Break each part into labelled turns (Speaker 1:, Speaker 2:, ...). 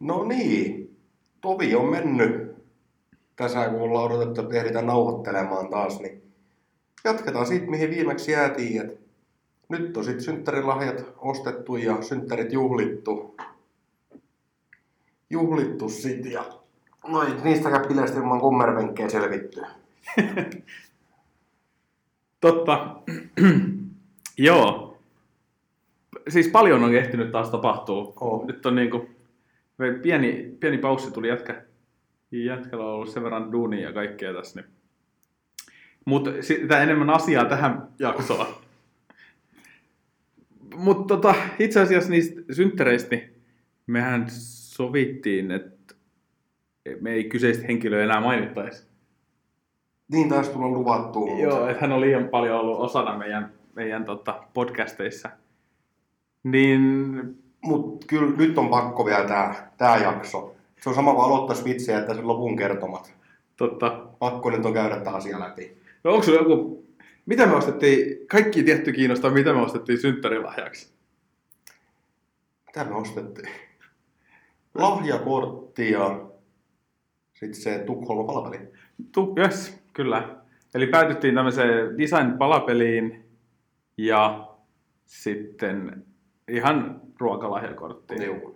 Speaker 1: No niin, tovi on mennyt. Tässä kun ollaan odotettu, että ehditään nauhoittelemaan taas, niin jatketaan siitä, mihin viimeksi jäätiin. Et nyt on sitten synttärilahjat ostettu ja synttärit juhlittu. Juhlittu sit ja no ei niistäkään bileistä ilman kummervenkkejä selvitty.
Speaker 2: Totta. Joo. Siis paljon on ehtinyt taas tapahtua.
Speaker 1: Oh.
Speaker 2: Nyt on niinku pieni, pieni paussi tuli jätkä. Jätkällä on ollut sen verran duunia ja kaikkea tässä. Niin. Mutta sitä enemmän asiaa tähän jaksoon. Mutta tota, itse asiassa niistä synttereistä, niin mehän sovittiin, että me ei kyseistä henkilöä enää mainittaisi.
Speaker 1: Niin taisi tulla luvattua. mut-
Speaker 2: Joo, että hän on liian paljon ollut osana meidän, meidän tota, podcasteissa. Niin,
Speaker 1: Mut kyllä nyt on pakko vielä tää, tää jakso. Se on sama kuin aloittaa vitsejä, että sen lopun kertomat.
Speaker 2: totta.
Speaker 1: Pakko nyt on käydä tää asia läpi.
Speaker 2: tota, No onko sulla joku... Mitä me ostettiin... Kaikki tietty kiinnostaa, mitä me ostettiin synttärilahjaksi.
Speaker 1: Mitä me ostettiin? Lahjakortti ja sitten se Tukholman palveli.
Speaker 2: Tu, yes, kyllä. Eli päätyttiin tämmöiseen design-palapeliin ja sitten ihan ruokalahjakorttiin.
Speaker 1: Joo.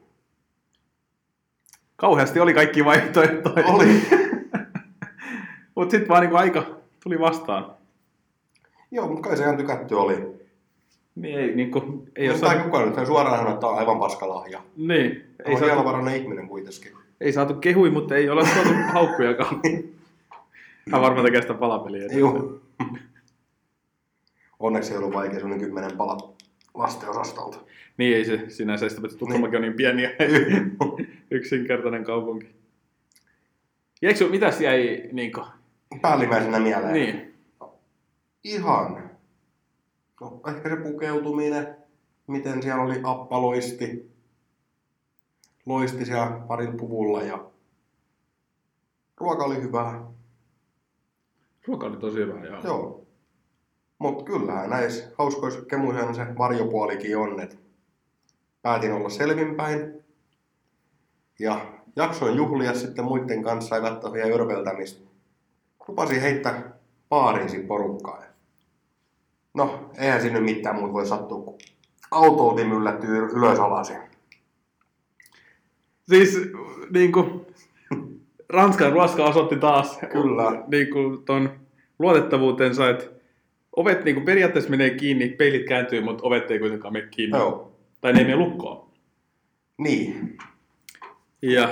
Speaker 2: Kauheasti oli kaikki vaihtoehtoja.
Speaker 1: Oli.
Speaker 2: Mutta sitten vaan niinku aika tuli vastaan.
Speaker 1: Joo, mutta kai se ihan tykätty oli.
Speaker 2: Niin ei, niinku, ei
Speaker 1: Ei
Speaker 2: ole
Speaker 1: jos
Speaker 2: saatu,
Speaker 1: tai kukaan nyt hän suoraan sanoi, että tää on aivan paskalahja.
Speaker 2: niin, ei
Speaker 1: Ei se
Speaker 2: saatu,
Speaker 1: varainen ihminen kuitenkin.
Speaker 2: ei saatu kehui, mutta ei ole saatu haukkujakaan. Hän varmaan tekee sitä palapeliä.
Speaker 1: Joo. Onneksi ei ollut vaikea semmonen kymmenen pala lastenosastolta.
Speaker 2: Niin ei se sinänsä, sitä paitsi Tukholmakin on niin pieni ja yksinkertainen kaupunki. Ja eikö sun, mitäs jäi niinku?
Speaker 1: Päällimmäisenä mieleen.
Speaker 2: Niin.
Speaker 1: Ihan. No, ehkä se pukeutuminen, miten siellä oli appa loisti. Loisti siellä parin puvulla ja ruoka oli hyvää.
Speaker 2: Ruoka oli tosi hyvä, joo.
Speaker 1: Joo. Mut kyllähän näissä hauskoissa kemuisena se varjopuolikin on, et päätin olla selvinpäin. Ja jaksoin juhlia sitten muiden kanssa ja katsoa vielä örveltämistä. Lupasin heittää baariin siinä porukkaa. No, eihän sinne mitään muuta voi sattua, kun autoutin yllättyy ylös alasin.
Speaker 2: Siis niinku, Ranskan ruoska osoitti taas
Speaker 1: Kyllä.
Speaker 2: niinku ton luotettavuutensa, että ovet niinku periaatteessa menee kiinni, peilit kääntyy, mutta ovet ei kuitenkaan mene kiinni.
Speaker 1: Joo.
Speaker 2: Tai ne ei mene lukkoon.
Speaker 1: Niin.
Speaker 2: Ja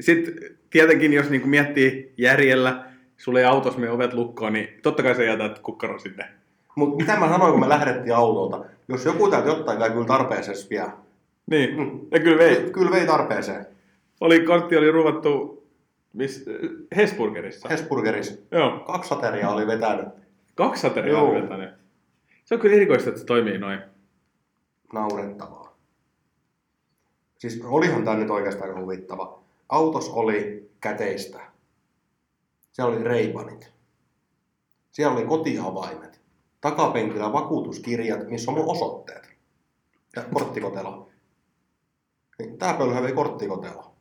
Speaker 2: sitten tietenkin, jos niinku miettii järjellä, sulle ei autossa mene ovet lukkoon, niin totta kai sä jätät kukkaro sinne.
Speaker 1: Mut mitä mä sanoin, kun me lähdettiin autolta? Jos joku täältä jotain käy kyllä tarpeeseen vielä.
Speaker 2: Niin,
Speaker 1: Mm.
Speaker 2: ja kyllä vei.
Speaker 1: Kyllä vei tarpeeseen.
Speaker 2: Oli, kortti oli ruuvattu miss, Hesburgerissa.
Speaker 1: Hesburgerissa.
Speaker 2: Joo,
Speaker 1: Kaksi ateriaa oli vetänyt.
Speaker 2: kaksi sateriaa
Speaker 1: Joo.
Speaker 2: oli vetänyt. Se on kyllä erikoista, että se toimii noin.
Speaker 1: Naurettavaa. Siis olihan tämä nyt oikeastaan aika huvittava. Autos oli käteistä. Siellä oli reipanit. Siellä oli kotiavaimet. Takapenkillä vakuutuskirjat, missä on mun osoitteet. Ja korttikotelo. Niin, tää pölhä vei korttikotelo.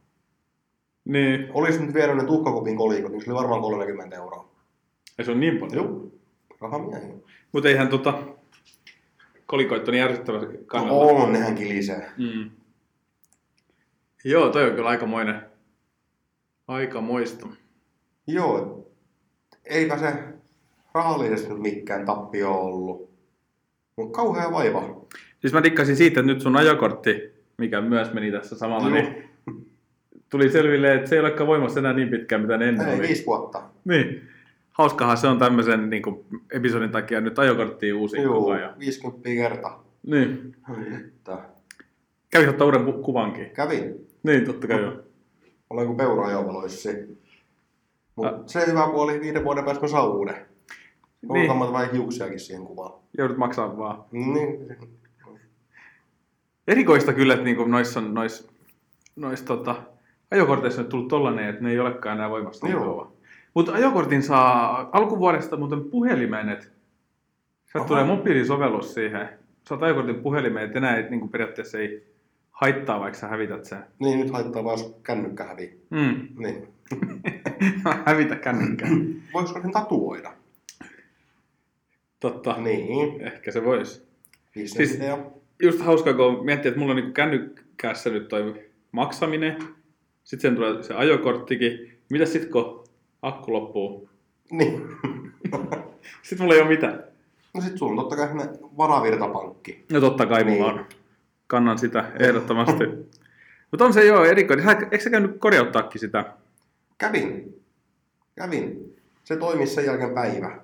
Speaker 2: Niin,
Speaker 1: Olisi nyt vienyt ne tuhkakupin kolikot, niin se oli varmaan 30 euroa.
Speaker 2: ja se on niin paljon.
Speaker 1: Joo. Rahamiehiä.
Speaker 2: Mutta eihän tota, kolikoit on järsyttävä
Speaker 1: No
Speaker 2: kannalta.
Speaker 1: on, nehän kilisee.
Speaker 2: Mm. Joo, toi on kyllä aikamoinen. Aikamoista.
Speaker 1: Joo, et eipä se rahallisesti nyt mikään tappio ollut. Mutta kauhea vaiva.
Speaker 2: Siis mä dikkasin siitä, että nyt sun ajokortti, mikä myös meni tässä samalla,
Speaker 1: Joo.
Speaker 2: niin tuli selville, että se ei olekaan voimassa enää niin pitkään, mitä ne ennen
Speaker 1: Ei,
Speaker 2: oli.
Speaker 1: viisi vuotta.
Speaker 2: Niin. Hauskahan se on tämmöisen niin kuin, episodin takia nyt ajokorttiin uusi
Speaker 1: Joo,
Speaker 2: kuva. Ja...
Speaker 1: 50 kerta.
Speaker 2: Niin.
Speaker 1: Että
Speaker 2: Kävi ottaa uuden pu- kuvankin.
Speaker 1: Kävin.
Speaker 2: Niin, totta kai joo.
Speaker 1: Olen kuin peura ajovaloissi. Mutta
Speaker 2: Ä-
Speaker 1: se hyvä puoli, viiden vuoden päästä mä saan uuden.
Speaker 2: Niin.
Speaker 1: Niin. vähän hiuksiakin siihen kuvaan.
Speaker 2: Joudut maksaa vaan.
Speaker 1: Niin.
Speaker 2: Erikoista kyllä, että niinku noissa on, nois, nois, tota, ajokorteissa on tullut tollanen, että ne ei olekaan enää voimassa niin
Speaker 1: Joo.
Speaker 2: kauan. Mutta ajokortin saa alkuvuodesta muuten puhelimeen, että sieltä
Speaker 1: Aha.
Speaker 2: tulee mobiilisovellus siihen. Saat ajokortin puhelimeen, että enää ei, niinku periaatteessa ei haittaa, vaikka sä hävität sen.
Speaker 1: Niin, nyt haittaa vaan, jos kännykkä hävii.
Speaker 2: Mm.
Speaker 1: Niin.
Speaker 2: Hävitä kännykkä.
Speaker 1: Voiko sen tatuoida?
Speaker 2: Totta.
Speaker 1: Niin.
Speaker 2: Ehkä se voisi. Siis-
Speaker 1: Bisnesidea. Siis...
Speaker 2: Just hauskaa, kun miettii, että mulla on niin kännykässä nyt toi maksaminen, sitten sen tulee se ajokorttikin. Mitä sitten, kun akku loppuu?
Speaker 1: Niin.
Speaker 2: Sitten mulla ei ole mitään.
Speaker 1: No sit sulla on totta kai sinne varavirtapankki.
Speaker 2: No totta kai niin.
Speaker 1: Niin.
Speaker 2: mulla on. Kannan sitä ehdottomasti. Mutta on se joo erikoinen. Sä- Eikö sä käynyt korjauttaakin sitä?
Speaker 1: Kävin. Kävin. Se toimi sen jälkeen päivä.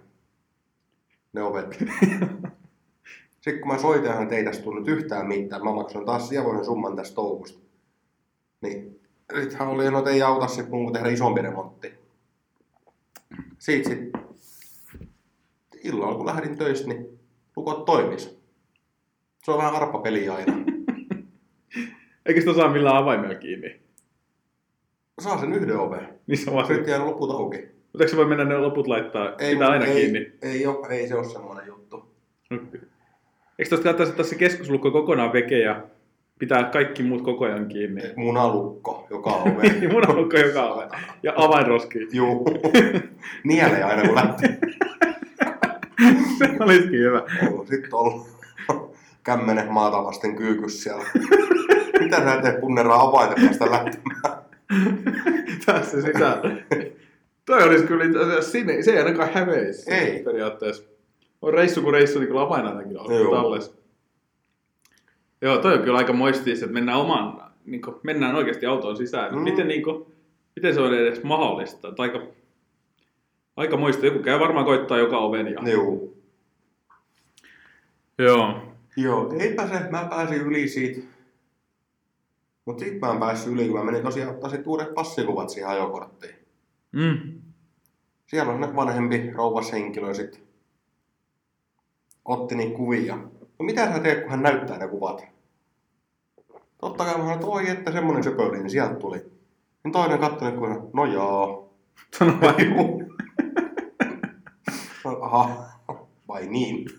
Speaker 1: Ne ovet. Sitten kun mä soitin, että ei tästä tullut yhtään mitään, mä maksoin taas sievoisen summan tästä touhusta. Niin sittenhän oli, no että ei auta sit mun kuin tehdä isompi remontti. Siitä sit illalla kun lähdin töistä, niin lukot toimis. Se on vähän arppapeli aina.
Speaker 2: Eikö sitä saa millään avaimella kiinni?
Speaker 1: Saa sen yhden oven.
Speaker 2: Niissä on vaan se.
Speaker 1: Nyt jää loput auki.
Speaker 2: Mutta eikö se voi mennä ne loput laittaa ei,
Speaker 1: Ei,
Speaker 2: sitä aina
Speaker 1: ei,
Speaker 2: kiinni?
Speaker 1: Ei, ole, ei se ole semmoinen juttu.
Speaker 2: Eikö tuosta kannattaisi ottaa se keskuslukko kokonaan veke ja pitää kaikki muut koko ajan kiinni?
Speaker 1: Munalukko, joka on veri.
Speaker 2: Niin munalukko, joka on Ja avainroski.
Speaker 1: Juu. Nielee aina kun lähtee.
Speaker 2: Se olisikin hyvä.
Speaker 1: Joo, Sitten on ollut kämmenen maata vasten kyykys siellä. Mitä sä teet punneraa avainta päästä lähtemään?
Speaker 2: Tässä sitä. Toi olisi kyllä itse asiassa sinne. Se ei ainakaan häveisi siis
Speaker 1: Ei.
Speaker 2: periaatteessa. On reissu kuin reissu, niin kyllä avain ainakin on
Speaker 1: Joo.
Speaker 2: tallessa. Joo, toi on kyllä aika moistiis, että mennään oman, niin kuin, mennään oikeasti autoon sisään. Mm.
Speaker 1: Mm.
Speaker 2: Miten, niin kuin, miten se on edes mahdollista? Tai Aika, aika moista. Joku käy varmaan koittaa joka oven. Ja...
Speaker 1: Juu.
Speaker 2: Joo.
Speaker 1: Joo, eipä se. Mä pääsin yli siitä. Mut sit mä en päässyt yli, kun mä menin tosiaan ottaa sit uudet passikuvat siihen ajokorttiin.
Speaker 2: Mm.
Speaker 1: siellä on ne vanhempi rouvas henkilö sitten otti niitä kuvia. No mitä sä teet, kun hän näyttää ne kuvat? Totta kai mä sanoin, että oi, että semmonen söpöli, niin sieltä tuli. Niin toinen katsoi ne kuvia, no joo.
Speaker 2: Sano vain.
Speaker 1: No, Aha, vai niin.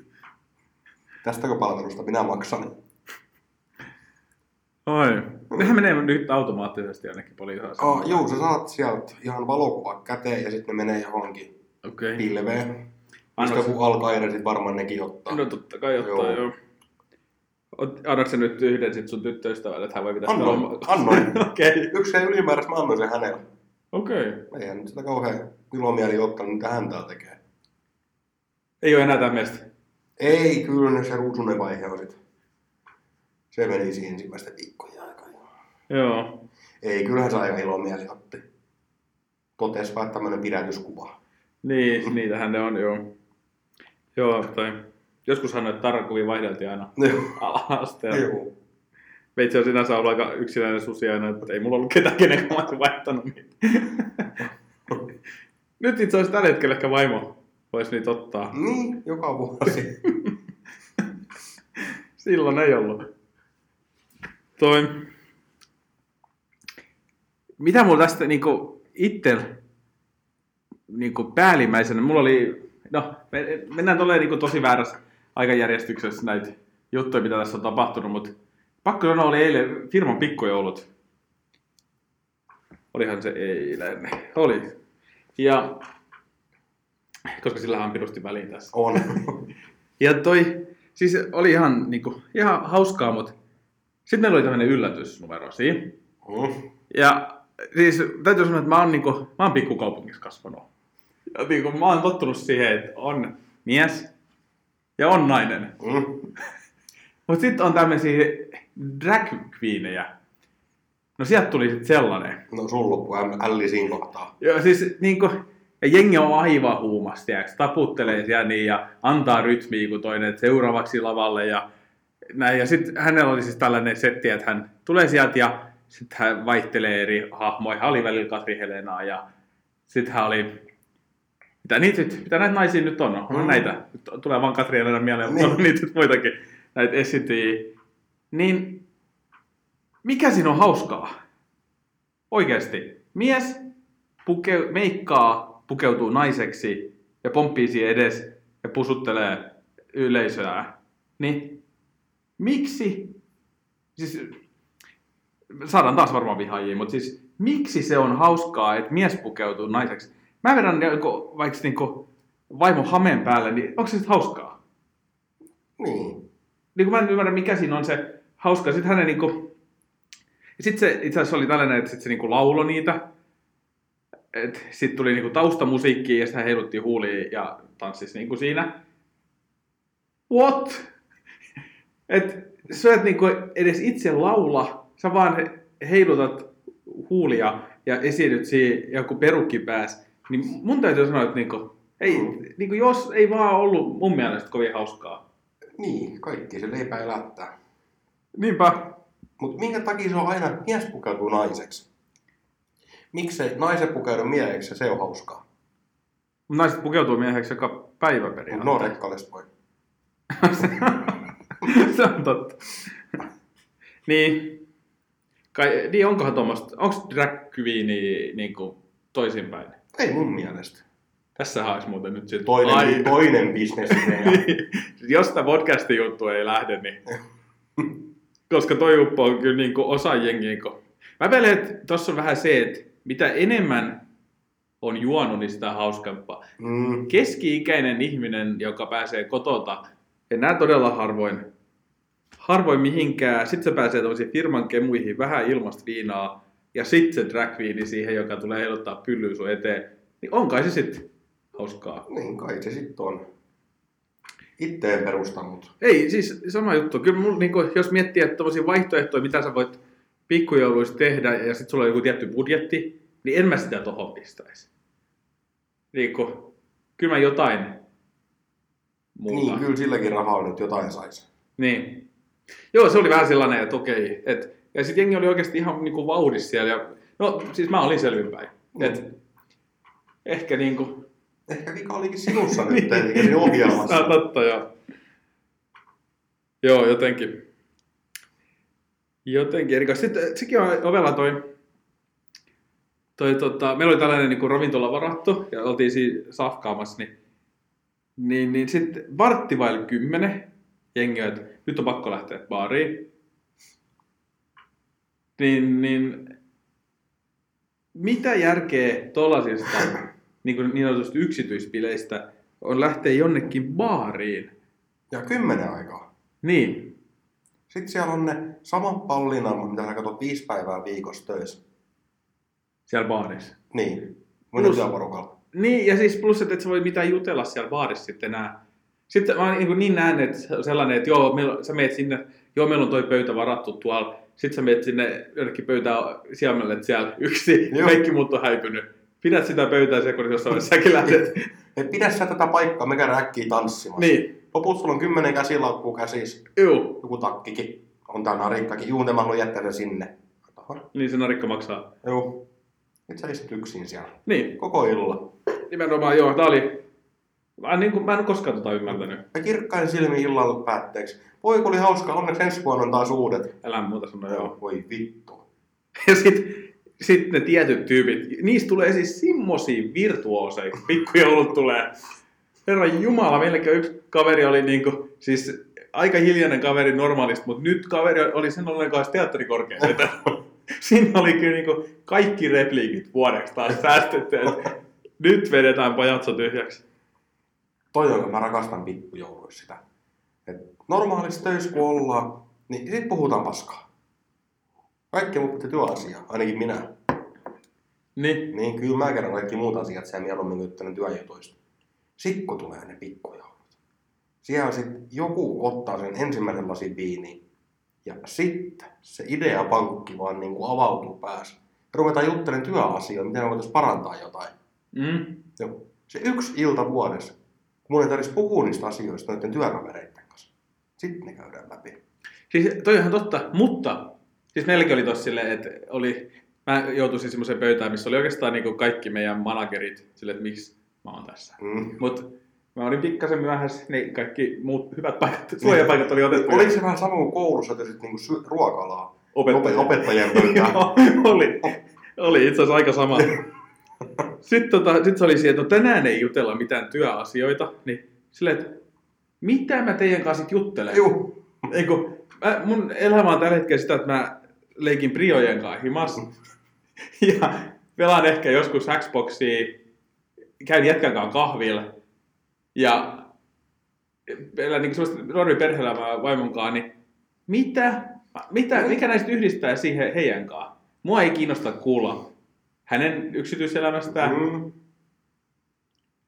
Speaker 1: Tästäkö palvelusta minä maksan?
Speaker 2: Oi. Nehän menee nyt automaattisesti ainakin paljon. ihan
Speaker 1: Oh,
Speaker 2: samaan.
Speaker 1: juu, sä saat sieltä ihan valokuvat käteen ja sitten ne menee johonkin
Speaker 2: Okei.
Speaker 1: pilveen. Mistä
Speaker 2: Annos-
Speaker 1: joku alkaider sit varmaan nekin ottaa.
Speaker 2: No totta kai ottaa, joo.
Speaker 1: Joo.
Speaker 2: joo. Ot- Annatko sä nyt yhden sit sun tyttöystävälle, että hän voi pitää sitä
Speaker 1: Annoin,
Speaker 2: lomaa?
Speaker 1: annoin.
Speaker 2: Okei.
Speaker 1: Yksi ei ylimääräistä, mä annoin sen hänelle.
Speaker 2: Okei.
Speaker 1: Eihän nyt sitä kauhean ilomieli ottanut, mitä hän tää tekee.
Speaker 2: Ei ole enää tämmöistä.
Speaker 1: Ei, kyllä nyt se ruusunen vaihe on sit. Se meni siihen ensimmäistä viikkoja aikaa.
Speaker 2: Joo.
Speaker 1: Ei, kyllähän se aika ilomieli otti. Totes vaan tämmönen pidätyskuva.
Speaker 2: Niin, niitähän ne on, joo. Joo, tai joskushan noita tarrakuvia vaihdeltiin aina ala-asteella.
Speaker 1: Joo.
Speaker 2: Veitsi on sinänsä ollut aika yksinäinen susi aina, että ei mulla ollut ketään kenen kanssa mä olisin vaihtanut niitä. Nyt itse asiassa tällä hetkellä ehkä vaimo voisi niitä ottaa.
Speaker 1: Niin, joka vuosi.
Speaker 2: Silloin ei ollut. Toi. Mitä mulla tästä niinku itse niinku päällimmäisenä, mulla oli, no me, mennään tolleen niinku tosi väärässä aikajärjestyksessä näitä juttuja, mitä tässä on tapahtunut, mutta pakko sanoa, oli eilen firman pikkujoulut. Olihan se eilen. Oli. Ja koska sillä on pirusti väliin tässä.
Speaker 1: On.
Speaker 2: Ja toi, siis oli ihan, niinku, ihan hauskaa, mutta sitten meillä oli tämmöinen yllätysnumero siinä.
Speaker 1: Mm.
Speaker 2: Ja siis täytyy sanoa, että mä oon, niinku, mä oon pikkukaupungissa kasvanut. Ja niinku, mä oon tottunut siihen, että on mies ja on nainen.
Speaker 1: Mm.
Speaker 2: Mutta sitten on tämmöisiä drag queenejä. No sieltä tuli sitten sellainen.
Speaker 1: No sun loppu äm- älli siinä kohtaa.
Speaker 2: Joo, siis niin kuin, ja jengi on aivan huumassa, tiedätkö, taputtelee siellä niin ja antaa rytmiä kuin toinen että seuraavaksi lavalle ja näin. Ja sitten hänellä oli siis tällainen setti, että hän tulee sieltä ja sitten hän vaihtelee eri hahmoja. Hän oli välillä Katri Helenaa ja sitten hän oli... Mitä, niitä, nyt- mitä näitä naisia nyt on? No,
Speaker 1: Mm.
Speaker 2: näitä. Nyt tulee vaan Katri Helena mieleen, mutta
Speaker 1: Niin.
Speaker 2: on niitä nyt muitakin näitä esityjiä. Niin mikä siinä on hauskaa? Oikeasti. Mies puke- meikkaa, pukeutuu naiseksi ja pomppii siihen edes ja pusuttelee yleisöä. Niin miksi? Siis saadaan taas varmaan vihaajia, mutta siis miksi se on hauskaa, että mies pukeutuu naiseksi? Mä vedän joku, vaikka niinku vaimo hameen päälle, niin onko se sit hauskaa?
Speaker 1: Niin.
Speaker 2: Niin kun mä en ymmärrä, mikä siinä on se hauska. Sitten hänen niinku... Sitten se itse asiassa oli tällainen, että sit se niinku laulo niitä. Sitten tuli niinku taustamusiikkiin ja sitten heilutti huuliin ja tanssis niinku siinä. What? Et sä et niinku edes itse laula, sä vaan he- heilutat huulia ja esiinnyt siihen joku perukki pääs. Niin mun täytyy sanoa, että niinku, ei, niinku jos ei vaan ollut mun mielestä kovin hauskaa.
Speaker 1: Niin, kaikki se leipä elättää.
Speaker 2: Niinpä.
Speaker 1: Mutta minkä takia se on aina mies pukeutuu naiseksi? Miksei naiset pukeudu mieheksi ja se on hauskaa?
Speaker 2: Naiset pukeutuu mieheksi joka päivä periaatteessa.
Speaker 1: No rekkales voi.
Speaker 2: se on totta. niin. Kai, niin onkohan tuommoista, onko drag queeni niin kuin toisinpäin?
Speaker 1: Ei mun mielestä.
Speaker 2: Tässä olisi muuten nyt sitten
Speaker 1: Toinen, Ai. toinen bisnesidea.
Speaker 2: Jos tämä podcastin juttu ei lähde, niin... Koska toi uppo on kyllä niin kuin osa jengiä. kun- Mä pelän, että tossa on vähän se, että mitä enemmän on juonut, niin sitä hauskempaa.
Speaker 1: mm,
Speaker 2: keski-ikäinen ihminen, joka pääsee kotota, enää todella harvoin, harvoin mihinkään. Sitten se pääsee tämmöisiin firman kemuihin, vähän ilmasta viinaa, ja sitten se drag queeni siihen, joka tulee ehdottaa pyllyyn sun eteen. Niin on kai se sitten hauskaa.
Speaker 1: niin kai se sitten on. Itteen perustanut.
Speaker 2: Ei, siis sama juttu. Kyllä mul, niin kun, jos miettii, että tommosia vaihtoehtoja, mitä sä voit pikkujouluissa tehdä, ja sitten sulla on joku tietty budjetti, niin en mä sitä tohon pistäisi. Niin kun, kyllä mä jotain muuta.
Speaker 1: Niin, kyllä silläkin rahalla nyt jotain saisi.
Speaker 2: Niin. Joo, se oli vähän sellainen, että okei. Et, ja sitten jengi oli oikeasti ihan niinku vauhdissa siellä. Ja, no, siis mä olin selvinpäin. Et, ehkä niinku...
Speaker 1: Ehkä vika olikin sinussa nyt, eikä
Speaker 2: Niin.
Speaker 1: siinä ohjelmassa.
Speaker 2: Tää on Ah, totta, joo. Joo, jotenkin. Jotenkin erikois. Sitten äh, sekin on ovella toi... toi tota, meillä oli tällainen niinku ravintola varattu ja oltiin siinä safkaamassa, niin niin, niin sitten vartti vaille kymmenen jengi, on, että nyt on pakko lähteä baariin. Niin, niin mitä järkeä tolasista niin, kuin niin sanotusti yksityispileistä on lähteä jonnekin baariin?
Speaker 1: Ja kymmenen aikaa.
Speaker 2: Niin,
Speaker 1: Sitten siellä on ne samat pallinarmot, mitä sä katsot viisi päivää viikossa töissä.
Speaker 2: siellä baarissa.
Speaker 1: Niin. Minun
Speaker 2: Plus-
Speaker 1: työporukalla.
Speaker 2: Niin, ja siis plus, että et sä voi mitään jutella siellä baarissa sitten enää. Sitten mä niin, niin näen, että sellainen, että joo, meillä, sä meet sinne, joo, meillä on toi pöytä varattu tuolla. Sitten sä meet sinne jonnekin pöytään siemelle, että siellä yksi,
Speaker 1: Joo.
Speaker 2: joo. kaikki muut on häipynyt. Pidät sitä pöytää sekunnin, jos sä olet säkin lähdet.
Speaker 1: Et pidä sä tätä paikkaa, me käydään äkkiä tanssimassa.
Speaker 2: niin,
Speaker 1: Lopulta sulla on kymmenen käsilaukkuu käsissä,
Speaker 2: juu,
Speaker 1: joku takkikin, on tää narikkakin, juu, ne mä haluan jättää sen sinne. Aha,
Speaker 2: niin se narikka maksaa.
Speaker 1: juu. Et sä istut yksin siellä.
Speaker 2: Niin,
Speaker 1: Koko illan.
Speaker 2: nimenomaan joo, tää oli, mä, niin kuin, mä en ole koskaan tota ymmärtänyt.
Speaker 1: Ja kirkkain silmin illalla päätteeksi. Voi kun oli hauskaa, onneksi ensi vuonna on taas uudet. No
Speaker 2: Älä muuta sano, joo.
Speaker 1: Voi vittu.
Speaker 2: Ja sitten sit ne tietyt tyypit, niistä tulee siis simmosia virtuooseja, kun pikkujoulut tulee. Herran Jumala, meilläkin yksi kaveri oli niinku, siis aika hiljainen kaveri normaalista, mutta nyt kaveri oli sen ollen kanssa teatterikorkeudetta. Siinä oli kyllä niinku kaikki repliikit vuodeksi taas säästetty, että nyt vedetään pajatso tyhjäksi.
Speaker 1: Toi on, mä rakastan pikkujouluissa sitä. Et normaalisti töissä kun ollaan, niin sit puhutaan paskaa. Kaikki muut pitää työasiaa, ainakin minä.
Speaker 2: Niin,
Speaker 1: Niin, kyllä mä kerron kaikki muut asiat siellä mieluummin kuin tänne työjutuista. Sitten kun tulee ne pikkujauhot. Siellä sitten joku ottaa sen ensimmäisen lasin viiniin. Ja sitten se ideapankki vaan niin kuin avautuu päässä. Ja ruvetaan juttelemaan työasioita, miten me voitaisiin parantaa jotain.
Speaker 2: mm,
Speaker 1: Ja se yksi ilta vuodessa, kun mun ei tarvitsisi puhua niistä asioista noiden työkavereiden kanssa. Sitten ne käydään läpi.
Speaker 2: Siis toi on ihan totta, mutta siis meilläkin oli tossa silleen, että oli, mä joutuisin semmoiseen pöytään, missä oli oikeastaan niinku kaikki meidän managerit silleen, että miksi mä oon tässä.
Speaker 1: Mm.
Speaker 2: Mut mä olin pikkasen myöhässä, niin kaikki muut hyvät
Speaker 1: Niin.
Speaker 2: paikat, suojapaikat oli otettu.
Speaker 1: Oliko se vähän sama kuin koulussa, että sitten niinku sy- ruokalaa
Speaker 2: opettaja?
Speaker 1: opettajien pöytään?
Speaker 2: Joo, oli. Oli itse asiassa aika sama. Sitten tota, sit se oli siihen, että no tänään ei jutella mitään työasioita, niin silleen, että mitä mä teidän kanssa sit juttelen?
Speaker 1: Juu.
Speaker 2: Eiku, mä, mun elämä on tällä hetkellä sitä, että mä leikin priojen kanssa himas. Ja pelaan ehkä joskus Xboxia, käyn jätkänkaan kahvilla. Ja elän niin semmoista normi perheelämää vaimonkaan, niin mitä? mitä? Mikä näistä yhdistää siihen heidän kanssa? Mua ei kiinnosta kuulla hänen yksityiselämästään. Mm.
Speaker 1: Mm.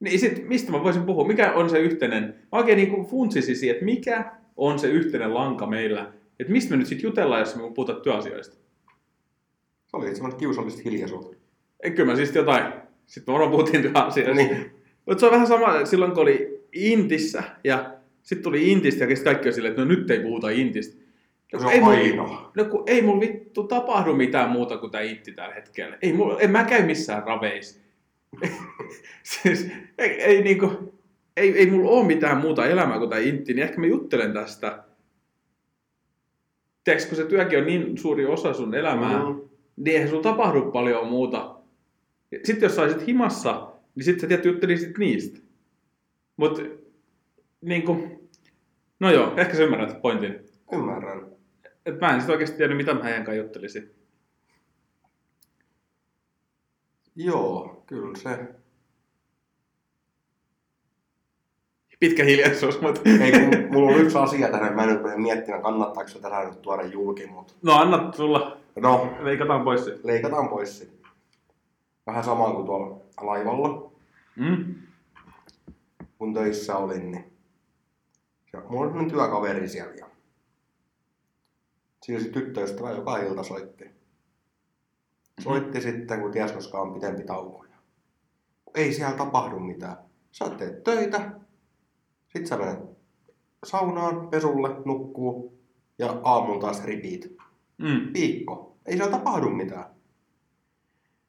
Speaker 2: Niin sit, mistä mä voisin puhua? Mikä on se yhteinen? Mä oikein niin funtsisisi, että mikä on se yhteinen lanka meillä? Että mistä me nyt sitten jutellaan, jos me puhutaan työasioista?
Speaker 1: Se oli semmoinen kiusallista hiljaisuutta.
Speaker 2: Ei, Kyllä mä siis jotain. Sitten varmaan puhuttiin työasioista.
Speaker 1: Niin.
Speaker 2: Mutta se on vähän sama silloin, kun oli Intissä ja sitten tuli Intistä ja kaikki oli silleen, että no nyt ei puhuta Intistä. No,
Speaker 1: Se on
Speaker 2: ei mul-
Speaker 1: ainoa.
Speaker 2: no kun ei mulla vittu tapahdu mitään muuta kuin tämä Intti tällä hetkellä. Ei mulla, en mä käy missään raveissa. siis ei, ei niinku, ei, ei mulla ole mitään muuta elämää kuin tämä Intti, niin ehkä mä juttelen tästä. Tiedätkö, kun se työkin on niin suuri osa sun elämää, mm
Speaker 1: Mm.
Speaker 2: niin eihän sulla tapahdu paljon muuta. Sitten jos saisit himassa, niin sitten sä tiedät, juttelisit niistä. Mutta niinku, no joo, ehkä sä ymmärrät pointin.
Speaker 1: Ymmärrän.
Speaker 2: Et mä en sit oikeesti tiedä, mitä mä heidän kanssa juttelisin.
Speaker 1: Joo, kyllä se.
Speaker 2: Pitkä hiljaisuus, mutta...
Speaker 1: Ei, kun mulla on yksi asia tähän, mä en nyt mene miettimään, kannattaako se tähän nyt tuoda julki, mutta
Speaker 2: No anna tulla.
Speaker 1: no,
Speaker 2: Leikataan pois se.
Speaker 1: leikataan pois sitten. Vähän sama kuin tuolla laivalla,
Speaker 2: Mm?
Speaker 1: kun töissä olin, niin ja mulla on semmonen työkaveri siellä ja siinä oli se tyttöystävä joka ilta soitti. Soitti sitten, kun ties koska on pitempi tauko. Ja kun Ei siellä tapahdu mitään. Sä teet töitä, sit sä menet saunaan, pesulle, nukkuu ja aamulla taas repeat
Speaker 2: Mm.
Speaker 1: viikko. Ei siellä tapahdu mitään.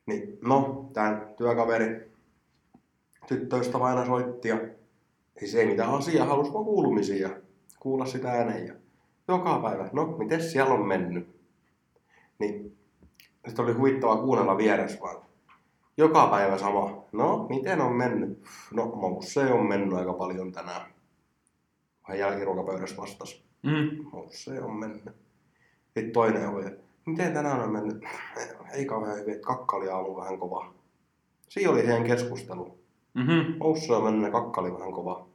Speaker 1: Niin, no, tämän työkaveri tyttöistä aina soitti ja ei se ei mitään asiaa, halusi vaan kuulumisia, kuulla sitä ääneen. Ja joka päivä, no, miten siellä on mennyt? Niin, sitten oli huvittavaa kuunnella vieressä vaan. Joka päivä sama. No, miten on mennyt? No, Mousse on mennyt aika paljon tänään. Vähän jälkiruokapöydässä vastasi.
Speaker 2: Mm.
Speaker 1: No, se on mennyt. Sitten toinen oli, miten tänään on mennyt? Ei kauhean hyvin, että kakka oli aamu vähän kova. Siinä oli heidän keskustelu.
Speaker 2: Mm-hmm.
Speaker 1: Oussu on mennyt ja kakka oli vähän kova.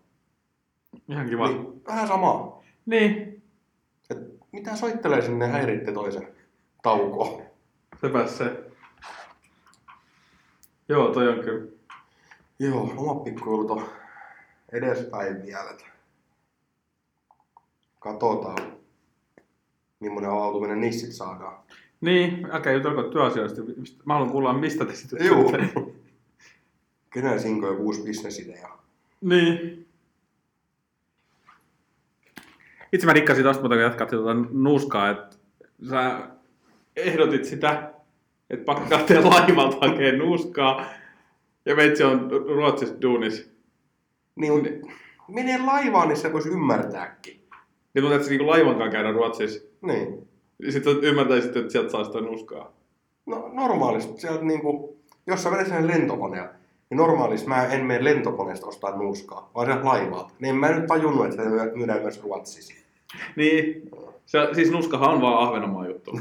Speaker 2: Ihan kiva. Niin.
Speaker 1: Niin, vähän sama.
Speaker 2: niin.
Speaker 1: Et mitä soittelee sinne ja häiritte toisen taukoa?
Speaker 2: Sepä se. Joo, toi on kyllä.
Speaker 1: Joo, omat pikkujoulut on edespäin vielä. et Katsotaan, millainen avautuminen niissä sit saadaan.
Speaker 2: Niin, älkää jutelko työasioista. Mistä- Mä haluan kuulla, mistä te sitten
Speaker 1: Juu. Kenellä sinkoja uusi bisnesidea?
Speaker 2: Niin. Itse mä rikkasin tosta, mutta kun jatkat tuota nuuskaa, että sä ehdotit sitä, että pakko lähteä laivalta hakee nuuskaa, ja meitsi on Ruotsissa duunis.
Speaker 1: Niin, mut mene laivaan, niin se voisi ymmärtääkin.
Speaker 2: Niin mutta et sä niinku laivankaan käydä Ruotsissa,
Speaker 1: Niin.
Speaker 2: sitten ymmärtäisit, että sieltä saa sitä nuuskaa.
Speaker 1: No normaalisti, sieltä niinku, jos sä menet sinne lentokoneelle, niin normaalisti mä en mene lentokoneesta ostaa nuuskaa, vaan sieltä laivaalta. Niin en mä nyt tajunnut, että se myö- myydään myös Ruotsissa.
Speaker 2: Niin, se, siis nuuskahan on vaan Ahvenanmaan juttu.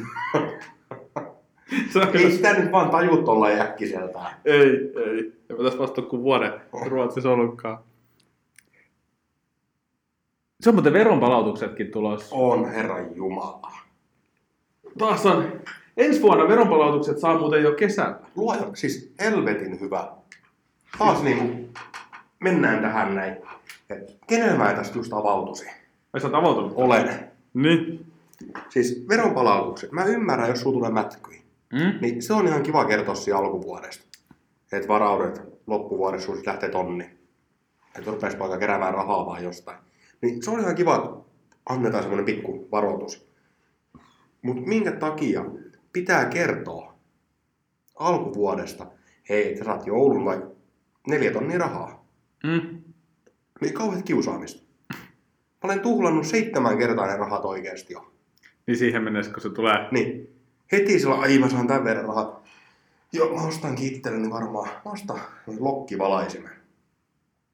Speaker 2: se on
Speaker 1: Ei
Speaker 2: kyllä,
Speaker 1: sitä nyt vaan taju tolleen äkkiseltään.
Speaker 2: ei, ei. Oh. En mä tässä vastaa kuin vuoden Ruotsissa ollutkaan. Se on muuten veronpalautuksetkin tulossa.
Speaker 1: On herran jumala.
Speaker 2: Taas on. Ensi vuonna veronpalautukset saa muuten jo kesällä.
Speaker 1: Luoja, siis helvetin hyvä. Taas niinku, mennään tähän näin. Et Kenellä mä tästä just avautuisin?
Speaker 2: Ai sä oot avautunut?
Speaker 1: Olen.
Speaker 2: Niin.
Speaker 1: Siis veronpalautukset. Mä ymmärrän, jos sulla tulee mätkyjä.
Speaker 2: Mm?
Speaker 1: Niin se on ihan kiva kertoa siinä alkuvuodesta. Että varaudet loppuvuodessa sun sit lähtee tonni. Että rupees vaikka keräämään rahaa vaan jostain. Niin se on ihan kiva, että annetaan semmoinen pikku varoitus. Mutta minkä takia pitää kertoa alkuvuodesta, hei, sä saat joulun vaikka neljä tonnia rahaa.
Speaker 2: Mm?
Speaker 1: Niin kauheat kiusaamista. Mä olen tuhlannut seitsemän kertaa ne rahat oikeasti jo.
Speaker 2: Niin siihen mennessä, kun se tulee.
Speaker 1: Niin. Heti sillä, ai mä saan tämän verran rahaa. Joo, mä ostan itselleni varmaan. Mä ostan niin lokkivalaisimeen.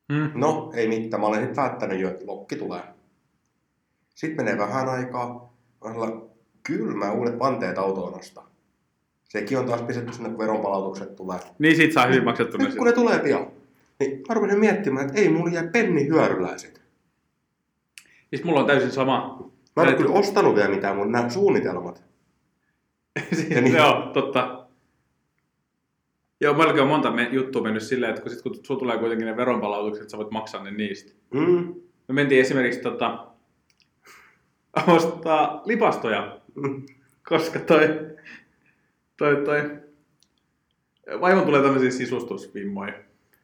Speaker 2: Mm?
Speaker 1: No, ei mitään. Mä olen sitten päättänyt jo, että lokki tulee. Sitten menee vähän aikaa. Mä sillä, Kyllä mä uudet panteet autoon ostaa. Sekin on taas pistetty sinne, kun veronpalautukset tulee.
Speaker 2: Niin sit saa hyvin maksettu ne
Speaker 1: Nyt kun ne tulee pian, niin mä rupesin miettimään, että ei mulla jää penni hyödyläiset.
Speaker 2: sit. Siis mulla on täysin sama.
Speaker 1: Mä en ole
Speaker 2: Täytyy-
Speaker 1: kyllä ostanut vielä mitään mun nämä suunnitelmat. Ja
Speaker 2: siis,
Speaker 1: niin.
Speaker 2: joo, totta. Joo, melkein on monta me- juttua mennyt silleen, että kun, sit, kun sulla tulee kuitenkin ne veronpalautukset, sä voit maksaa ne niistä.
Speaker 1: Mm.
Speaker 2: Me mentiin esimerkiksi tota, ostaa lipastoja,
Speaker 1: Mm.
Speaker 2: koska toi, toi, toi vaimon tulee tämmöisiä sisustusvimmoja.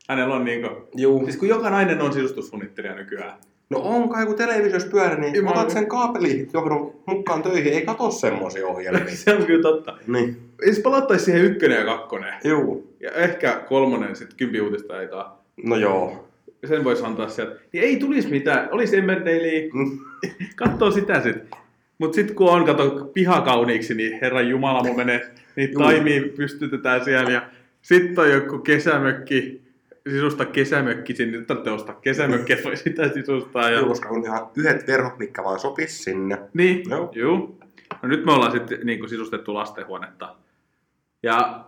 Speaker 2: Hänellä on niinku,
Speaker 1: Juu.
Speaker 2: siis kun joka nainen on sisustussuunnittelija nykyään.
Speaker 1: No on kai, kun televisiossa pyöri, niin
Speaker 2: Jumala.
Speaker 1: otat sen kaapeli johdon mukaan töihin, ei kato semmoisia ohjelmia.
Speaker 2: Se on kyllä totta.
Speaker 1: niin.
Speaker 2: Jos palattaisiin siihen ykkönen ja kakkonen,
Speaker 1: Juu.
Speaker 2: ja ehkä kolmonen sitten kympi uutista ei taa.
Speaker 1: No joo.
Speaker 2: sen voisi antaa sieltä. Niin ei tulisi mitään, olisi Emmerdalea,
Speaker 1: Mm.
Speaker 2: katsoo sitä sitten. Mutta sitten kun on, kato, pihakauniiksi, niin herra Jumala, mun menee, niin
Speaker 1: Juu.
Speaker 2: taimiin pystytetään siellä. Ja sitten on joku kesämökki, sisusta kesämökki, sinne nyt tarvitsee ostaa kesämökkiä, voi sitä sisustaa. Ja...
Speaker 1: Juu, koska on ihan yhdet verhot, mitkä vaan sopis sinne.
Speaker 2: Niin,
Speaker 1: Joo.
Speaker 2: juu. No nyt me ollaan sitten niin sisustettu lastenhuonetta. Ja